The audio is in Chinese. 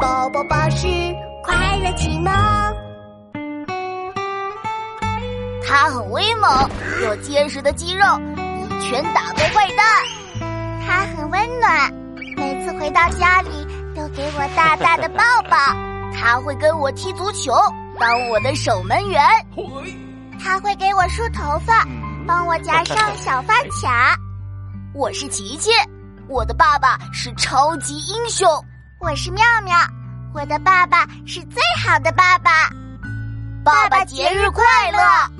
宝宝巴士快乐启蒙。它很威猛，有结实的肌肉，一拳打败坏蛋。它很温暖，每次回到家里都给我大大的抱抱。它会跟我踢足球，当我的守门员。它会给我梳头发，帮我夹上小发卡。我是琪琪，我的爸爸是超级英雄。我是妙妙，我的爸爸是最好的爸爸。爸爸节日快乐！